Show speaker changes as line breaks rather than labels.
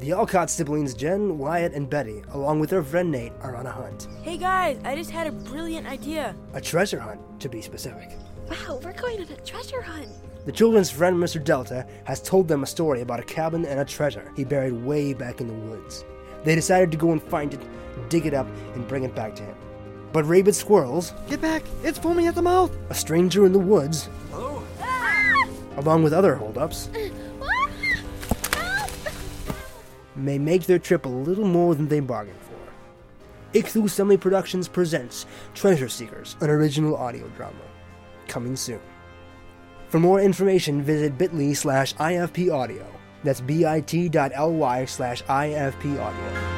The Alcott siblings, Jen, Wyatt, and Betty, along with their friend Nate, are on a hunt.
Hey guys, I just had a brilliant idea.
A treasure hunt, to be specific.
Wow, we're going on a treasure hunt.
The children's friend, Mr. Delta, has told them a story about a cabin and a treasure he buried way back in the woods. They decided to go and find it, dig it up, and bring it back to him. But rabid squirrels,
Get back! It's foaming at the mouth!
a stranger in the woods, along with other holdups, may make their trip a little more than they bargained for. Ikthu Semi Productions presents Treasure Seekers, an original audio drama. Coming soon. For more information, visit bit.ly slash IFP audio. That's bit.ly slash IFP audio.